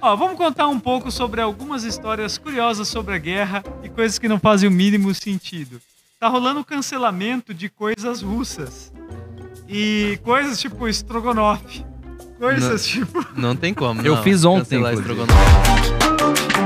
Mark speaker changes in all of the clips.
Speaker 1: Ó, vamos contar um pouco sobre algumas histórias curiosas sobre a guerra e coisas que não fazem o mínimo sentido. Tá rolando o cancelamento de coisas russas. E coisas tipo estrogonofe. Coisas tipo.
Speaker 2: Não tem como.
Speaker 3: Eu
Speaker 2: não.
Speaker 3: fiz ontem,
Speaker 2: Cancelar
Speaker 3: inclusive.
Speaker 2: estrogonofe.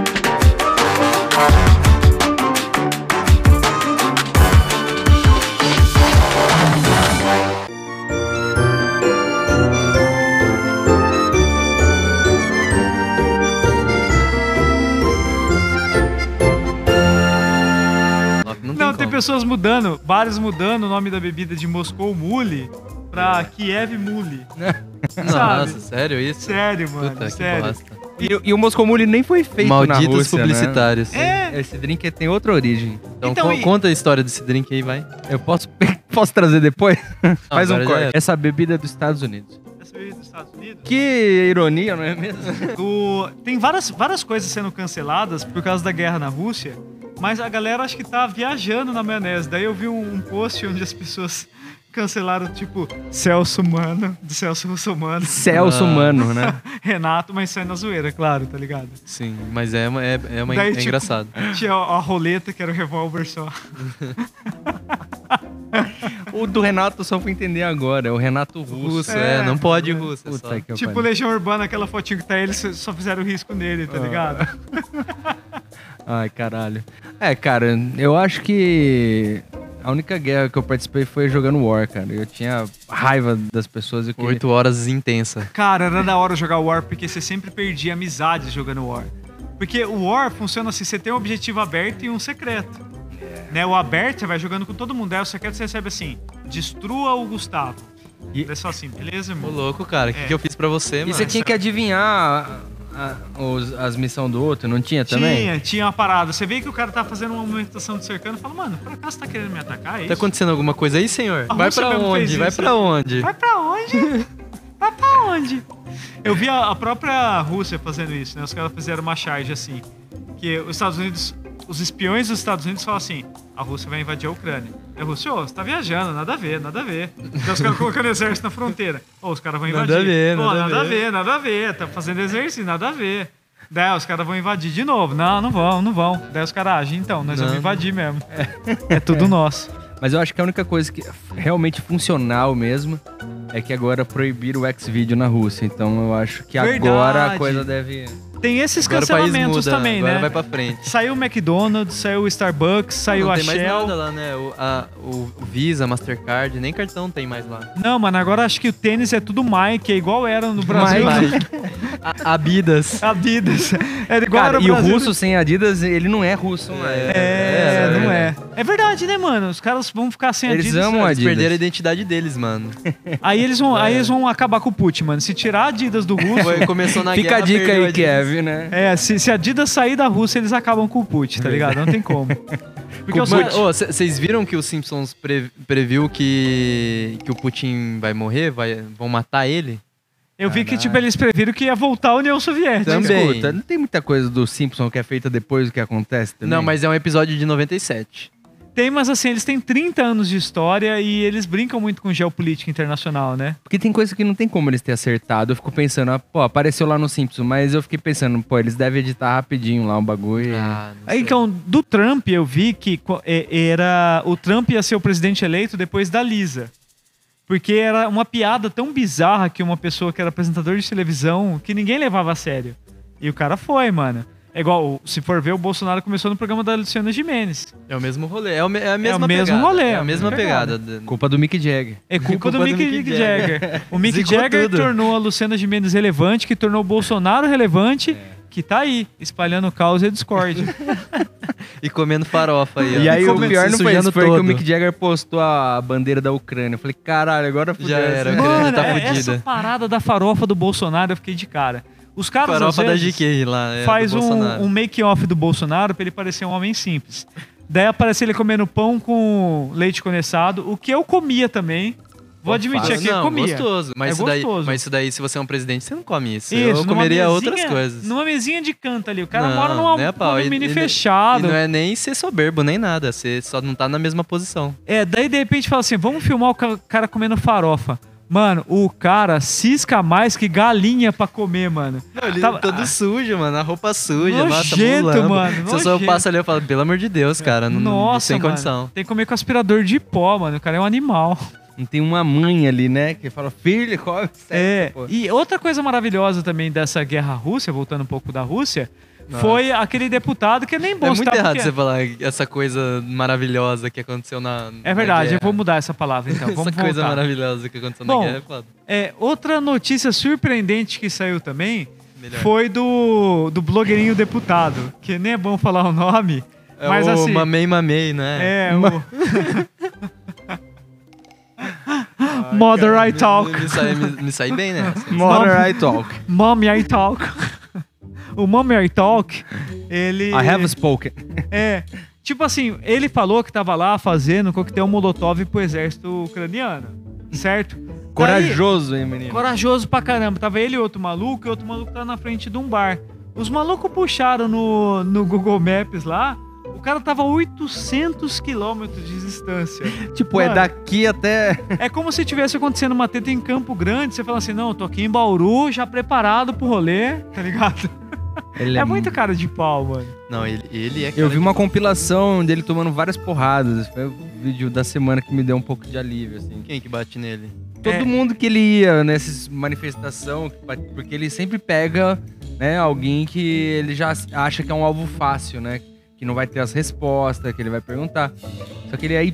Speaker 2: Não,
Speaker 1: Não, tem
Speaker 2: como.
Speaker 1: pessoas mudando, bares mudando o nome da bebida de Moscou Mule
Speaker 2: É.
Speaker 1: pra Kiev Mule. sabe?
Speaker 2: Nossa, sério isso?
Speaker 1: Sério, mano,
Speaker 2: Puta, que
Speaker 1: sério.
Speaker 2: bosta.
Speaker 3: E, e o Moscomule nem foi feito na
Speaker 2: Malditos
Speaker 3: Rússia, né?
Speaker 2: publicitários.
Speaker 1: É,
Speaker 3: Esse drink tem outra origem.
Speaker 2: Então,
Speaker 1: Então,
Speaker 2: con-
Speaker 1: e-
Speaker 2: conta a história desse drink aí, vai.
Speaker 3: Eu posso, posso trazer depois?
Speaker 2: Não,
Speaker 3: Faz um
Speaker 2: agora já
Speaker 3: corte.
Speaker 2: era.
Speaker 3: Essa bebida é dos Estados Unidos.
Speaker 1: essa bebida dos Estados Unidos.
Speaker 3: Que ironia, não é mesmo?
Speaker 1: O- tem várias, várias coisas sendo canceladas por causa da guerra na Rússia, mas a galera acho que tá viajando na maionese. Daí eu vi um, um post onde as pessoas cancelaram, tipo, Celso Mano, de Celso Russomano,
Speaker 3: Celso
Speaker 2: Ah.
Speaker 3: Mano, né?
Speaker 1: Renato, mas sai na zoeira, claro, tá ligado?
Speaker 2: Sim, mas é, uma- é, é, uma,
Speaker 1: Daí,
Speaker 2: é
Speaker 1: tipo-
Speaker 2: engraçado.
Speaker 1: Tinha a, a roleta, que era o revólver só.
Speaker 3: O do Renato eu só fui entender agora. É o Renato Russo.
Speaker 2: Russo, é,
Speaker 1: É.
Speaker 2: não pode russo. É
Speaker 3: Puta
Speaker 2: só.
Speaker 3: que
Speaker 1: tipo,
Speaker 3: pariu.
Speaker 1: Legião Urbana, aquela fotinho que tá eles só fizeram risco nele, tá
Speaker 3: Ah.
Speaker 1: ligado?
Speaker 3: Ai, caralho. É, cara, eu acho que a única guerra que eu participei foi jogando War, cara. Eu tinha raiva das pessoas e queria...
Speaker 2: Oito horas intensa.
Speaker 1: Cara, era da hora jogar War, porque você sempre perdia amizades jogando War. Porque o War funciona assim, você tem um objetivo aberto e um secreto.
Speaker 2: É.
Speaker 1: Né, o aberto você vai jogando com todo mundo, aí o secreto você recebe assim, destrua o Gustavo.
Speaker 3: E-
Speaker 1: E... É só assim, beleza,
Speaker 2: Ô,
Speaker 1: irmão?
Speaker 2: louco, cara, o que,
Speaker 1: É.
Speaker 2: que eu fiz pra você,
Speaker 3: E
Speaker 2: mano?
Speaker 3: você tinha que adivinhar a- a- os- as missões do outro, não tinha também?
Speaker 1: Tinha, tinha uma parada. Você vê que o cara tá fazendo uma movimentação de cercano e fala, mano, por acaso você tá querendo me atacar? É
Speaker 2: Tá
Speaker 1: isso?
Speaker 2: acontecendo alguma coisa aí, senhor?
Speaker 1: A
Speaker 2: Vai
Speaker 1: Rússia
Speaker 2: pra
Speaker 1: mesmo fez
Speaker 2: onde? Vai
Speaker 1: isso.
Speaker 2: pra onde?
Speaker 1: Vai pra onde? Vai pra onde? Eu vi a, a própria Rússia fazendo isso, né? Os caras fizeram uma charge assim. Que os Estados Unidos, os espiões dos Estados Unidos falam assim: a Rússia vai invadir a Ucrânia. É Rússia, ô, você tá viajando, nada a ver, nada a ver. Então os caras colocando exército na fronteira. Ô, os caras vão
Speaker 2: Nada
Speaker 1: invadir.
Speaker 2: a ver,
Speaker 1: Ô,
Speaker 2: nada a
Speaker 1: nada a
Speaker 2: ver.
Speaker 1: ver, nada a ver. Tá fazendo exercício, nada a ver. Daí "Ah, os caras vão invadir de novo. Não, não vão, não vão. Daí os caras agem, então, nós vamos
Speaker 2: Não.
Speaker 1: invadir mesmo. É, tudo nosso.
Speaker 3: Mas eu acho que a única coisa que é realmente funcional mesmo é que agora proibiram o X-Video na Rússia. Então eu acho que
Speaker 1: Verdade.
Speaker 3: agora a coisa deve...
Speaker 1: Tem esses
Speaker 2: Agora o país
Speaker 1: cancelamentos
Speaker 2: muda,
Speaker 1: também,
Speaker 2: agora
Speaker 1: né?
Speaker 2: vai pra frente.
Speaker 1: Saiu o McDonald's, saiu o Starbucks, saiu
Speaker 2: não
Speaker 1: a
Speaker 2: tem mais
Speaker 1: Shell.
Speaker 2: nada lá, né? O, a- o- o Visa, Mastercard, nem cartão tem mais lá.
Speaker 1: Não, mano, agora acho que o tênis é tudo Mike, é igual era no Brasil.
Speaker 2: Mas- a, Abidas.
Speaker 1: Adidas. Era igual
Speaker 3: Cara,
Speaker 1: era
Speaker 3: e o
Speaker 1: Brasil.
Speaker 3: russo sem Adidas, ele não é russo, não é?
Speaker 1: É,
Speaker 2: É,
Speaker 1: não é.
Speaker 2: é.
Speaker 1: É verdade, né, mano? Os caras vão ficar sem
Speaker 3: Eles
Speaker 1: Adidas.
Speaker 3: amam
Speaker 1: né?
Speaker 3: a-
Speaker 2: Eles
Speaker 3: Adidas.
Speaker 2: perderam a identidade deles, mano.
Speaker 1: Aí eles vão, aí eles vão acabar com o Put, mano. Se tirar a Adidas do russo.
Speaker 2: Foi- começou na
Speaker 3: Fica a
Speaker 2: É. guerra,
Speaker 3: dica
Speaker 2: perdeu
Speaker 3: aí, Kevin, né?
Speaker 1: É, se, se a Adidas sair da Rússia, eles acabam com o Put, tá ligado? Não tem como. Porque os
Speaker 2: Mano, ô, cê- Vocês viram que os Simpsons pre- previu que, que o Putin vai morrer? Vai, vão matar ele?
Speaker 1: Eu vi que, tipo, eles previram que ia voltar a União Soviética.
Speaker 2: Também.
Speaker 3: Escuta, não tem muita coisa do Simpson que é feita depois do que acontece também?
Speaker 2: Não, mas é um episódio de 97.
Speaker 1: Tem, mas assim, eles têm 30 anos de história e eles brincam muito com geopolítica internacional, né?
Speaker 3: Porque tem coisa que não tem como eles terem acertado. Eu fico pensando, ah, pô, apareceu lá no Simpson, mas eu fiquei pensando, pô, eles devem editar rapidinho lá um bagulho.
Speaker 2: Ah, não
Speaker 1: Aí, Então, do Trump, eu vi que co- é- era o Trump ia ser o presidente eleito depois da Lisa. Porque era uma piada tão bizarra que uma pessoa que era apresentador de televisão que ninguém levava a sério. E o cara foi, mano. É igual, se for ver, o Bolsonaro começou no programa da Luciana Jimenez.
Speaker 2: É o mesmo rolê. É, o me- é a mesma
Speaker 1: o mesmo
Speaker 2: pegada,
Speaker 1: rolê,
Speaker 2: É a mesma pegada. da-
Speaker 3: Culpa do Mick Jagger.
Speaker 1: É culpa, do, Mick, Mick Jagger. O Mick
Speaker 2: Zicou
Speaker 1: Jagger
Speaker 2: tudo.
Speaker 1: tornou a Luciana Jimenez relevante, que tornou o Bolsonaro relevante,
Speaker 2: É.
Speaker 1: que tá aí, espalhando caos e discórdia.
Speaker 2: E comendo farofa aí. ó.
Speaker 3: E aí o
Speaker 2: Comendo-
Speaker 3: pior
Speaker 2: se
Speaker 3: não foi isso,
Speaker 2: sujando
Speaker 3: foi que o
Speaker 2: todo.
Speaker 3: Mick Jagger postou a bandeira da Ucrânia. Eu falei, caralho, agora fudeu. né?
Speaker 2: Já
Speaker 3: essa-
Speaker 2: era.
Speaker 1: Mano,
Speaker 2: tá
Speaker 1: é-
Speaker 2: fudida.
Speaker 1: essa parada da farofa do Bolsonaro, eu fiquei de cara. Os caras às
Speaker 2: Farofa da
Speaker 1: vezes,
Speaker 2: GK lá. é,
Speaker 1: faz
Speaker 2: do Bolsonaro.
Speaker 1: um, um make-off do Bolsonaro pra ele parecer um homem simples. Daí aparece ele comendo pão com leite condensado, o que eu comia também. Vou admitir
Speaker 2: Mas
Speaker 1: aqui, eu
Speaker 2: não,
Speaker 1: comia.
Speaker 2: gostoso. Mas,
Speaker 1: É
Speaker 2: isso daí,
Speaker 1: gostoso.
Speaker 2: mas isso daí, se você é um presidente, você não come isso.
Speaker 1: Isso,
Speaker 2: Eu
Speaker 1: numa mesinha-
Speaker 2: comeria outras coisas.
Speaker 1: Numa mesinha de canto ali. O cara
Speaker 2: Não,
Speaker 1: mora
Speaker 2: nem a
Speaker 1: numa,
Speaker 2: pau.
Speaker 1: num
Speaker 2: E-
Speaker 1: mini
Speaker 2: e-
Speaker 1: fechado.
Speaker 2: E não é nem ser soberbo, nem nada. Você só não tá na mesma posição.
Speaker 1: É, daí de repente fala assim: vamos filmar o ca- cara comendo farofa. Mano, o cara cisca mais que galinha pra comer, mano.
Speaker 2: Não, ele
Speaker 1: Tava- Ah.
Speaker 2: todo sujo, mano. A roupa suja, nossa,
Speaker 1: Nojento,
Speaker 2: mulambo.
Speaker 1: mano,
Speaker 2: Se eu só
Speaker 1: nojento.
Speaker 2: passo ali, eu falo, pelo amor de Deus, cara. Não, não-
Speaker 1: Ah, Nossa,
Speaker 2: sem
Speaker 1: mano.
Speaker 2: condição.
Speaker 1: Tem que comer com aspirador de pó, mano. O cara é um animal.
Speaker 3: Não tem uma mãe ali, né? Que fala, filho, come.
Speaker 1: É,
Speaker 3: pô.
Speaker 1: e outra coisa maravilhosa também dessa guerra russa, voltando um pouco da Rússia, foi aquele deputado que nem
Speaker 2: É
Speaker 1: bolsa.
Speaker 2: muito
Speaker 1: tá?
Speaker 2: errado
Speaker 1: Porque-
Speaker 2: você falar essa coisa maravilhosa que aconteceu na.
Speaker 1: É verdade,
Speaker 2: na
Speaker 1: eu vou
Speaker 2: guerra.
Speaker 1: mudar essa palavra então. Vamos
Speaker 2: essa coisa
Speaker 1: voltar.
Speaker 2: maravilhosa que aconteceu
Speaker 1: Bom,
Speaker 2: na guerra é foda.
Speaker 1: É, outra notícia surpreendente que saiu também
Speaker 2: Melhor.
Speaker 1: foi do, do blogueirinho deputado, que nem é bom falar o nome,
Speaker 2: É
Speaker 1: mas
Speaker 2: o
Speaker 1: assim.
Speaker 2: Mamei Mamei, né?
Speaker 1: É, o. Mother I talk.
Speaker 2: Me, saí, me, me saí bem né?
Speaker 3: Mother I talk.
Speaker 1: Mommy I talk. o Mommy I talk, ele.
Speaker 3: I have spoken.
Speaker 1: É. Tipo assim, ele falou que tava lá fazendo coquetel molotov pro exército ucraniano. Certo? Daí-
Speaker 3: Corajoso, hein, menino?
Speaker 1: Corajoso pra caramba. Tava ele e outro maluco, e outro maluco tava na frente de um bar. Os malucos puxaram no, no Google Maps lá. O cara tava a 800 quilômetros de distância.
Speaker 3: Tipo, é
Speaker 1: Mano.
Speaker 3: daqui até.
Speaker 1: É como se tivesse acontecendo uma treta em Campo Grande. Você fala assim, não, eu tô aqui em Bauru, já preparado pro rolê, tá ligado?
Speaker 3: Ele
Speaker 1: é muito cara de pau, mano.
Speaker 2: Não, ele, ele é
Speaker 3: Eu
Speaker 2: cara
Speaker 3: vi uma compilação dele tomando várias porradas. Foi o vídeo da semana que me deu um pouco de alívio, assim.
Speaker 2: de- Quem que bate nele?
Speaker 3: Todo
Speaker 1: É.
Speaker 3: mundo que ele ia nessas manifestação, porque ele sempre pega, né, alguém que ele já acha que é um alvo fácil, né? Que não vai ter as respostas, que ele vai perguntar. Só que ele aí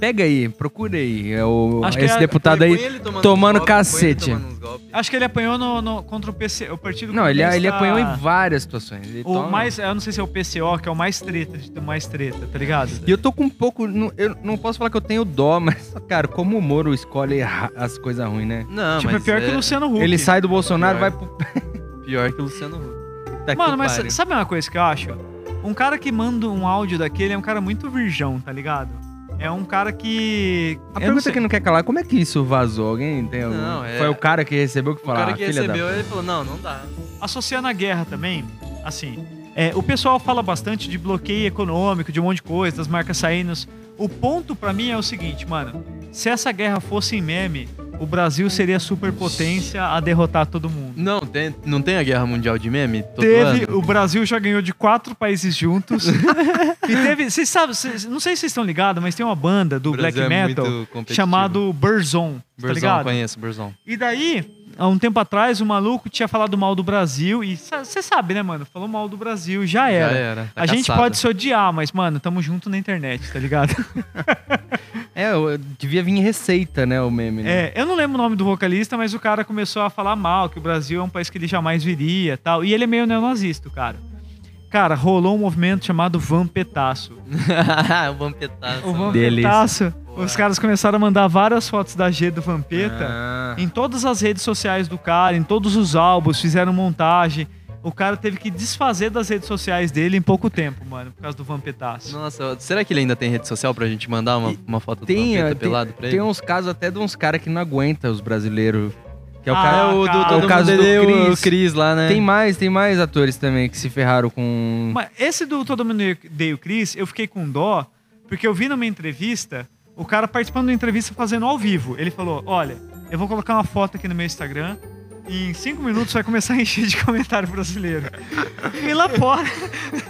Speaker 3: pega aí, procura aí. É o,
Speaker 1: Acho que
Speaker 3: esse
Speaker 1: é-
Speaker 3: deputado
Speaker 2: Põe-
Speaker 3: aí.
Speaker 2: põe ele tomando
Speaker 3: tomando
Speaker 2: uns golpes, põe ele
Speaker 3: cacete.
Speaker 2: tomando uns golpes.
Speaker 1: Acho que ele apanhou no, no- contra o PC, o Partido
Speaker 3: Não, ele, é- ele
Speaker 1: Comunista-
Speaker 3: apanhou em então- várias situações. Ele
Speaker 1: O
Speaker 3: toma-
Speaker 1: mais, eu não sei se é o PCO, que é o mais treta de ter mais treta, tá ligado?
Speaker 3: E eu tô com um pouco. não- Eu não posso falar que eu tenho dó, mas, cara, como o Moro escolhe erra- as coisas ruins, né?
Speaker 2: Não,
Speaker 1: tipo, é
Speaker 2: mas
Speaker 1: pior que o Luciano Huck.
Speaker 3: Ele sai do Bolsonaro e vai pro.
Speaker 2: pior que o Luciano Huck.
Speaker 3: Tá que
Speaker 1: Mano, mas
Speaker 3: pariu.
Speaker 1: sabe uma coisa que eu acho? Um cara que manda um áudio daquele é um cara muito virgão, tá ligado? É um cara que.
Speaker 3: A pergunta que não quer calar, como é que isso vazou? Alguém tem algum...
Speaker 2: Não, é-
Speaker 3: Foi o cara que recebeu que
Speaker 2: O
Speaker 3: falou,
Speaker 2: cara
Speaker 3: ah,
Speaker 2: que
Speaker 3: filha
Speaker 2: recebeu,
Speaker 3: da...
Speaker 2: ele falou, não, não dá.
Speaker 1: Associando a guerra também, assim. é, o pessoal fala bastante de bloqueio econômico, de um monte de coisa, das marcas saindo. O ponto pra mim é o seguinte, mano. Se essa guerra fosse em meme, o Brasil seria a superpotência a derrotar todo mundo.
Speaker 2: Não, tem, não tem a guerra mundial de meme? Todo
Speaker 1: Teve,
Speaker 2: ano?
Speaker 1: o Brasil já ganhou de quatro países juntos. e teve, vocês sabem, vocês- não sei se vocês estão ligados, mas tem uma banda do
Speaker 2: O Brasil
Speaker 1: black
Speaker 2: é
Speaker 1: metal
Speaker 2: muito competitivo.
Speaker 1: chamado Burzon, tá
Speaker 2: Burzão,
Speaker 1: ligado?
Speaker 2: conheço, Burzão.
Speaker 1: E daí, há um tempo atrás, o maluco tinha falado mal do Brasil e você sabe, né, mano? Falou mal do Brasil, já era.
Speaker 2: Já era. tá
Speaker 1: É, A gente
Speaker 2: caçado.
Speaker 1: pode se odiar, mas, mano, tamo junto na internet, tá ligado?
Speaker 3: É, eu- eu devia vir em receita, né, o meme. né?
Speaker 1: É, eu não lembro o nome do vocalista, mas o cara começou a falar mal, que o Brasil é um país que ele jamais viria tal. E ele é meio neonazista, o cara. Cara, rolou um movimento chamado Vampetaço.
Speaker 2: o Vampetaço.
Speaker 1: O
Speaker 3: Delícia.
Speaker 1: Vampetaço, os caras começaram a mandar várias fotos da G do Vampeta
Speaker 3: Ah,
Speaker 1: em todas as redes sociais do cara, em todos os álbuns, fizeram montagem. O cara teve que desfazer das redes sociais dele em pouco tempo, mano, por causa do Vampetaço.
Speaker 2: Nossa, será que ele ainda tem rede social pra gente mandar uma, uma foto
Speaker 3: tem,
Speaker 2: do
Speaker 3: é,
Speaker 2: Vampeta
Speaker 3: tem,
Speaker 2: pelado pra ele?
Speaker 3: tem uns casos até de uns caras que não aguenta os brasileiros. Que é o
Speaker 1: Ah,
Speaker 3: cara...
Speaker 1: o do- todo é
Speaker 3: mundo odeia o-
Speaker 2: o
Speaker 3: o
Speaker 2: Cris lá, né?
Speaker 3: Tem mais, tem mais atores também que se ferraram com...
Speaker 1: Mas esse do Todo Mundo Odeia o Chris, eu fiquei com dó, porque eu vi numa entrevista, o cara participando da entrevista fazendo ao vivo. Ele falou, olha, eu vou colocar uma foto aqui no meu Instagram e em cinco minutos vai começar a encher de comentário brasileiro. E lá fora...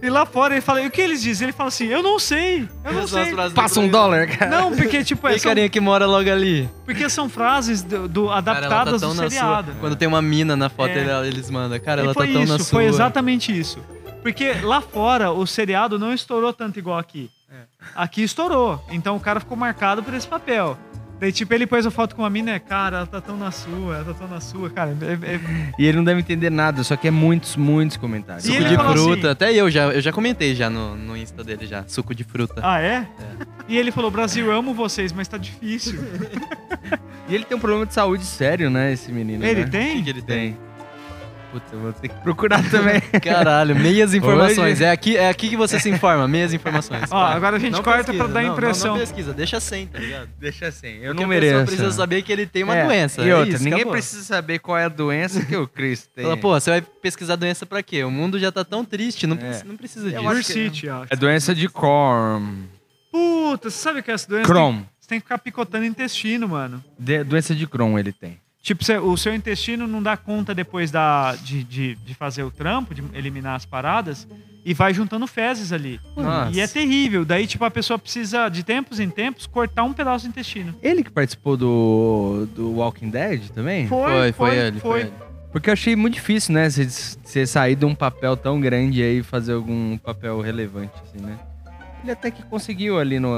Speaker 1: e lá fora ele fala, e o que eles dizem? Ele fala assim, eu não sei, eu não sei.
Speaker 3: Passa um dólar, cara.
Speaker 1: Não, porque tipo, é,
Speaker 2: Tem
Speaker 1: são,
Speaker 2: carinha que mora logo ali.
Speaker 1: porque são frases do, do-
Speaker 2: Cara, ela
Speaker 1: adaptadas
Speaker 2: tá tão
Speaker 1: do
Speaker 2: na
Speaker 1: seriado.
Speaker 2: sua. Quando tem uma mina na foto,
Speaker 1: É.
Speaker 2: ele- eles mandam. Cara,
Speaker 1: E
Speaker 2: ela tá
Speaker 1: foi
Speaker 2: tão
Speaker 1: isso,
Speaker 2: na sua.
Speaker 1: foi exatamente isso. Porque lá fora o seriado não estourou tanto igual aqui.
Speaker 2: É.
Speaker 1: Aqui estourou. Então o cara ficou marcado por esse papel. Daí, tipo, ele pôs a foto com a mina, é, cara, ela tá tão na sua, ela tá tão na sua, cara. É- é-
Speaker 3: E ele não deve entender nada, só que é muitos, muitos comentários. Tipo,
Speaker 1: E
Speaker 2: Suco
Speaker 1: ele
Speaker 2: de
Speaker 1: falou assim-
Speaker 2: fruta. Até eu já, eu já comentei já no, no Insta dele já. Suco de fruta.
Speaker 1: Ah, é? E ele falou, Brasil, eu amo vocês, mas tá difícil.
Speaker 3: E ele tem um problema de saúde sério, né, esse menino,
Speaker 1: Ele
Speaker 2: O
Speaker 3: né?
Speaker 2: que, que
Speaker 1: tem?
Speaker 2: ele tem?
Speaker 3: Tem. Puta, eu vou ter que procurar também.
Speaker 2: Caralho, meias informações.
Speaker 3: Hoje-
Speaker 2: É aqui, é aqui que você se informa, meias informações.
Speaker 1: Ó,
Speaker 2: Vai.
Speaker 1: agora a gente
Speaker 2: Não
Speaker 1: corta
Speaker 2: pesquisa,
Speaker 1: pra dar
Speaker 2: não, não,
Speaker 1: impressão.
Speaker 2: Não, pesquisa, deixa sem, tá ligado?
Speaker 3: Deixa assim, eu
Speaker 2: Porque
Speaker 3: não
Speaker 2: a pessoa
Speaker 3: mereço.
Speaker 2: precisa saber que ele tem uma
Speaker 3: É,
Speaker 2: doença.
Speaker 3: E
Speaker 2: é
Speaker 3: outra,
Speaker 2: isso,
Speaker 3: ninguém
Speaker 2: acabou.
Speaker 3: precisa saber qual é a doença que o Chris tem.
Speaker 2: Fala, pô, você vai pesquisar doença pra quê? O mundo já tá tão triste, não,
Speaker 3: É.
Speaker 2: precisa- não precisa disso.
Speaker 1: Bursite, acho.
Speaker 3: é doença de Crohn.
Speaker 1: Puta, você sabe que é essa doença.
Speaker 3: Crohn.
Speaker 1: Você tem que ficar picotando intestino, mano.
Speaker 3: De- doença de Crohn ele tem.
Speaker 1: Tipo, você- o seu intestino não dá conta depois da, de, de, de fazer o trampo, de eliminar as paradas, e vai juntando fezes ali.
Speaker 3: Nossa.
Speaker 1: E é terrível. Daí, tipo, a pessoa precisa, de tempos em tempos, cortar um pedaço do intestino.
Speaker 3: Ele que participou do, do Walking Dead também?
Speaker 2: Foi, foi, ele. Foi. ele.
Speaker 3: Porque eu achei muito difícil, né? Você- Você sair de um papel tão grande e aí fazer algum papel relevante, assim, né? Ele até que conseguiu ali no.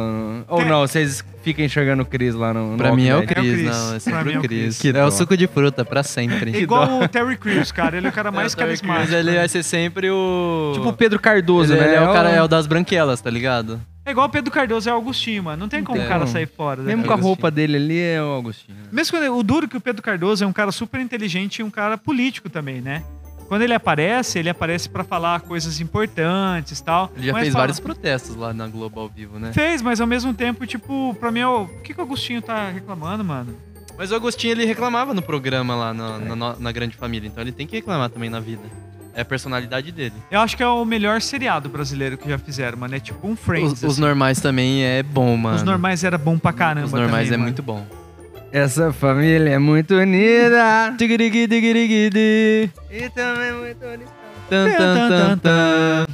Speaker 3: Ou
Speaker 1: É.
Speaker 3: não, vocês ficam enxergando o Chris lá no. no
Speaker 2: Pra mim é o
Speaker 3: Walking Dead.
Speaker 1: É o
Speaker 2: Cris,
Speaker 1: Chris.
Speaker 2: não. É
Speaker 1: Pra
Speaker 2: sempre
Speaker 1: mim é o
Speaker 2: o Cris.
Speaker 3: Cris.
Speaker 2: É
Speaker 3: Que
Speaker 2: o
Speaker 3: dó.
Speaker 2: suco de fruta, pra
Speaker 1: É
Speaker 2: sempre.
Speaker 1: igual o Terry Crews, cara. Ele é o cara mais
Speaker 2: É, o Terry Crews,
Speaker 1: carismático. né?
Speaker 2: Ele vai ser sempre o.
Speaker 3: Tipo o Pedro Cardoso,
Speaker 2: ele,
Speaker 3: né?
Speaker 2: ele é o cara é o das branquelas, tá ligado?
Speaker 1: É igual o Pedro Cardoso, é o Augustinho, mano. Não tem como o
Speaker 2: Então,
Speaker 1: cara sair fora. daqui.
Speaker 3: Mesmo com a
Speaker 2: Agostinho.
Speaker 3: roupa dele ali é o Agostinho. né?
Speaker 1: Mesmo quando, é o duro que o Pedro Cardoso é um cara super inteligente e um cara político também, né? Quando ele aparece, ele aparece pra falar coisas importantes tal.
Speaker 2: Ele já
Speaker 1: mas
Speaker 2: fez
Speaker 1: fala-
Speaker 2: vários protestos lá na Globo ao vivo, né?
Speaker 1: É. Fez, mas ao mesmo tempo, tipo, pra mim, eu- o que, que o Agostinho tá reclamando, mano?
Speaker 2: Mas o Agostinho ele reclamava no programa lá na, na, no- na Grande Família, então ele tem que reclamar também na vida. É a personalidade dele.
Speaker 1: Eu acho que é o melhor seriado brasileiro que já fizeram, mano. É tipo um Friends.
Speaker 2: Os,
Speaker 1: assim.
Speaker 2: os normais também é bom, mano.
Speaker 1: Os normais era bom pra caramba.
Speaker 2: Os
Speaker 1: também,
Speaker 2: normais é
Speaker 1: mano.
Speaker 2: muito bom.
Speaker 3: Essa família é muito unida. E também é muito unida.
Speaker 2: Tan, tan, tan, tan.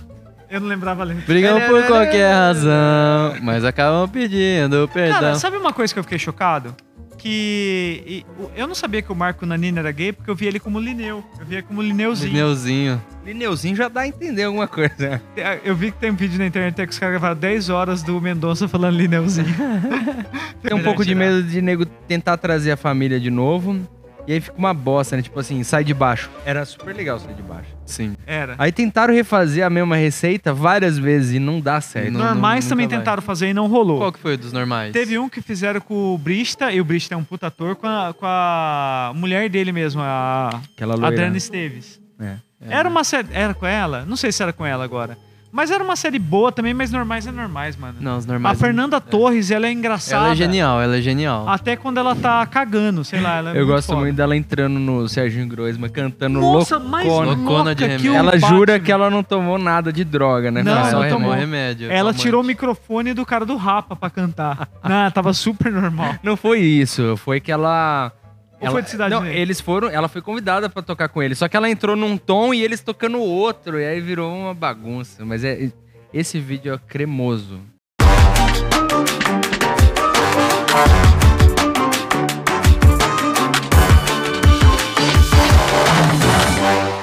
Speaker 1: Eu não lembrava a letra.
Speaker 2: Brigam por qualquer razão, mas acabam pedindo
Speaker 1: Cara,
Speaker 2: perdão.
Speaker 1: sabe uma coisa que eu fiquei chocado? Que e, o- eu não sabia que o Marco Nanini era gay porque eu via ele como Lineu. Eu via como Lineuzinho.
Speaker 2: Neuzinho.
Speaker 3: Lineuzinho já dá a entender alguma coisa.
Speaker 1: Eu vi que tem um vídeo na internet que os caras gravaram 10 horas do Mendonça falando Lineuzinho.
Speaker 3: Tem um
Speaker 1: Verdade,
Speaker 3: pouco de
Speaker 1: né?
Speaker 3: medo de nego tentar trazer a família de novo. E aí fica uma bosta, né? Tipo assim, sai de baixo. Era super legal sair de baixo.
Speaker 2: Sim.
Speaker 1: Era.
Speaker 3: Aí tentaram refazer a mesma receita várias vezes e não dá certo.
Speaker 2: Não.
Speaker 1: Normais também
Speaker 2: nunca vai.
Speaker 1: tentaram fazer e não rolou.
Speaker 2: Qual que foi dos normais?
Speaker 1: Teve um que fizeram com o Brista, e o Brista é um puta ator, com a, com a mulher dele mesmo, a
Speaker 3: Aquela loira.
Speaker 1: Adriana Esteves.
Speaker 3: É.
Speaker 1: Era uma série. Era com ela? Não sei se era com ela agora. Mas era uma série boa também, mas normais é normais, mano.
Speaker 2: Não, os
Speaker 1: a
Speaker 2: normais.
Speaker 1: Fernanda Torres, ela é engraçada.
Speaker 2: Ela é genial, ela é genial.
Speaker 1: Até quando ela tá cagando, sei lá. Ela é
Speaker 3: Eu gosto
Speaker 1: foda.
Speaker 3: muito dela entrando no Serginho Groisman cantando
Speaker 1: Nossa,
Speaker 3: louco.
Speaker 1: mais
Speaker 2: loucona.
Speaker 1: louca
Speaker 2: Loucona de
Speaker 1: que o
Speaker 2: remédio.
Speaker 3: Ela
Speaker 1: Batman.
Speaker 3: jura que ela não tomou nada de droga, né?
Speaker 1: Não,
Speaker 3: cara?
Speaker 1: ela é
Speaker 2: só
Speaker 1: não tomou.
Speaker 2: tomou é um remédio.
Speaker 1: Ela
Speaker 2: calmante.
Speaker 1: tirou o microfone do cara do Rapa pra cantar. Não, tava super normal.
Speaker 3: Não foi isso, foi que ela.
Speaker 1: Ou
Speaker 3: ela-
Speaker 1: foi de Cidade
Speaker 3: não,
Speaker 1: Negra?
Speaker 3: eles foram, ela foi convidada pra tocar com ele, só que ela entrou num tom e eles tocando outro, e aí virou uma bagunça. Mas é, esse vídeo é cremoso.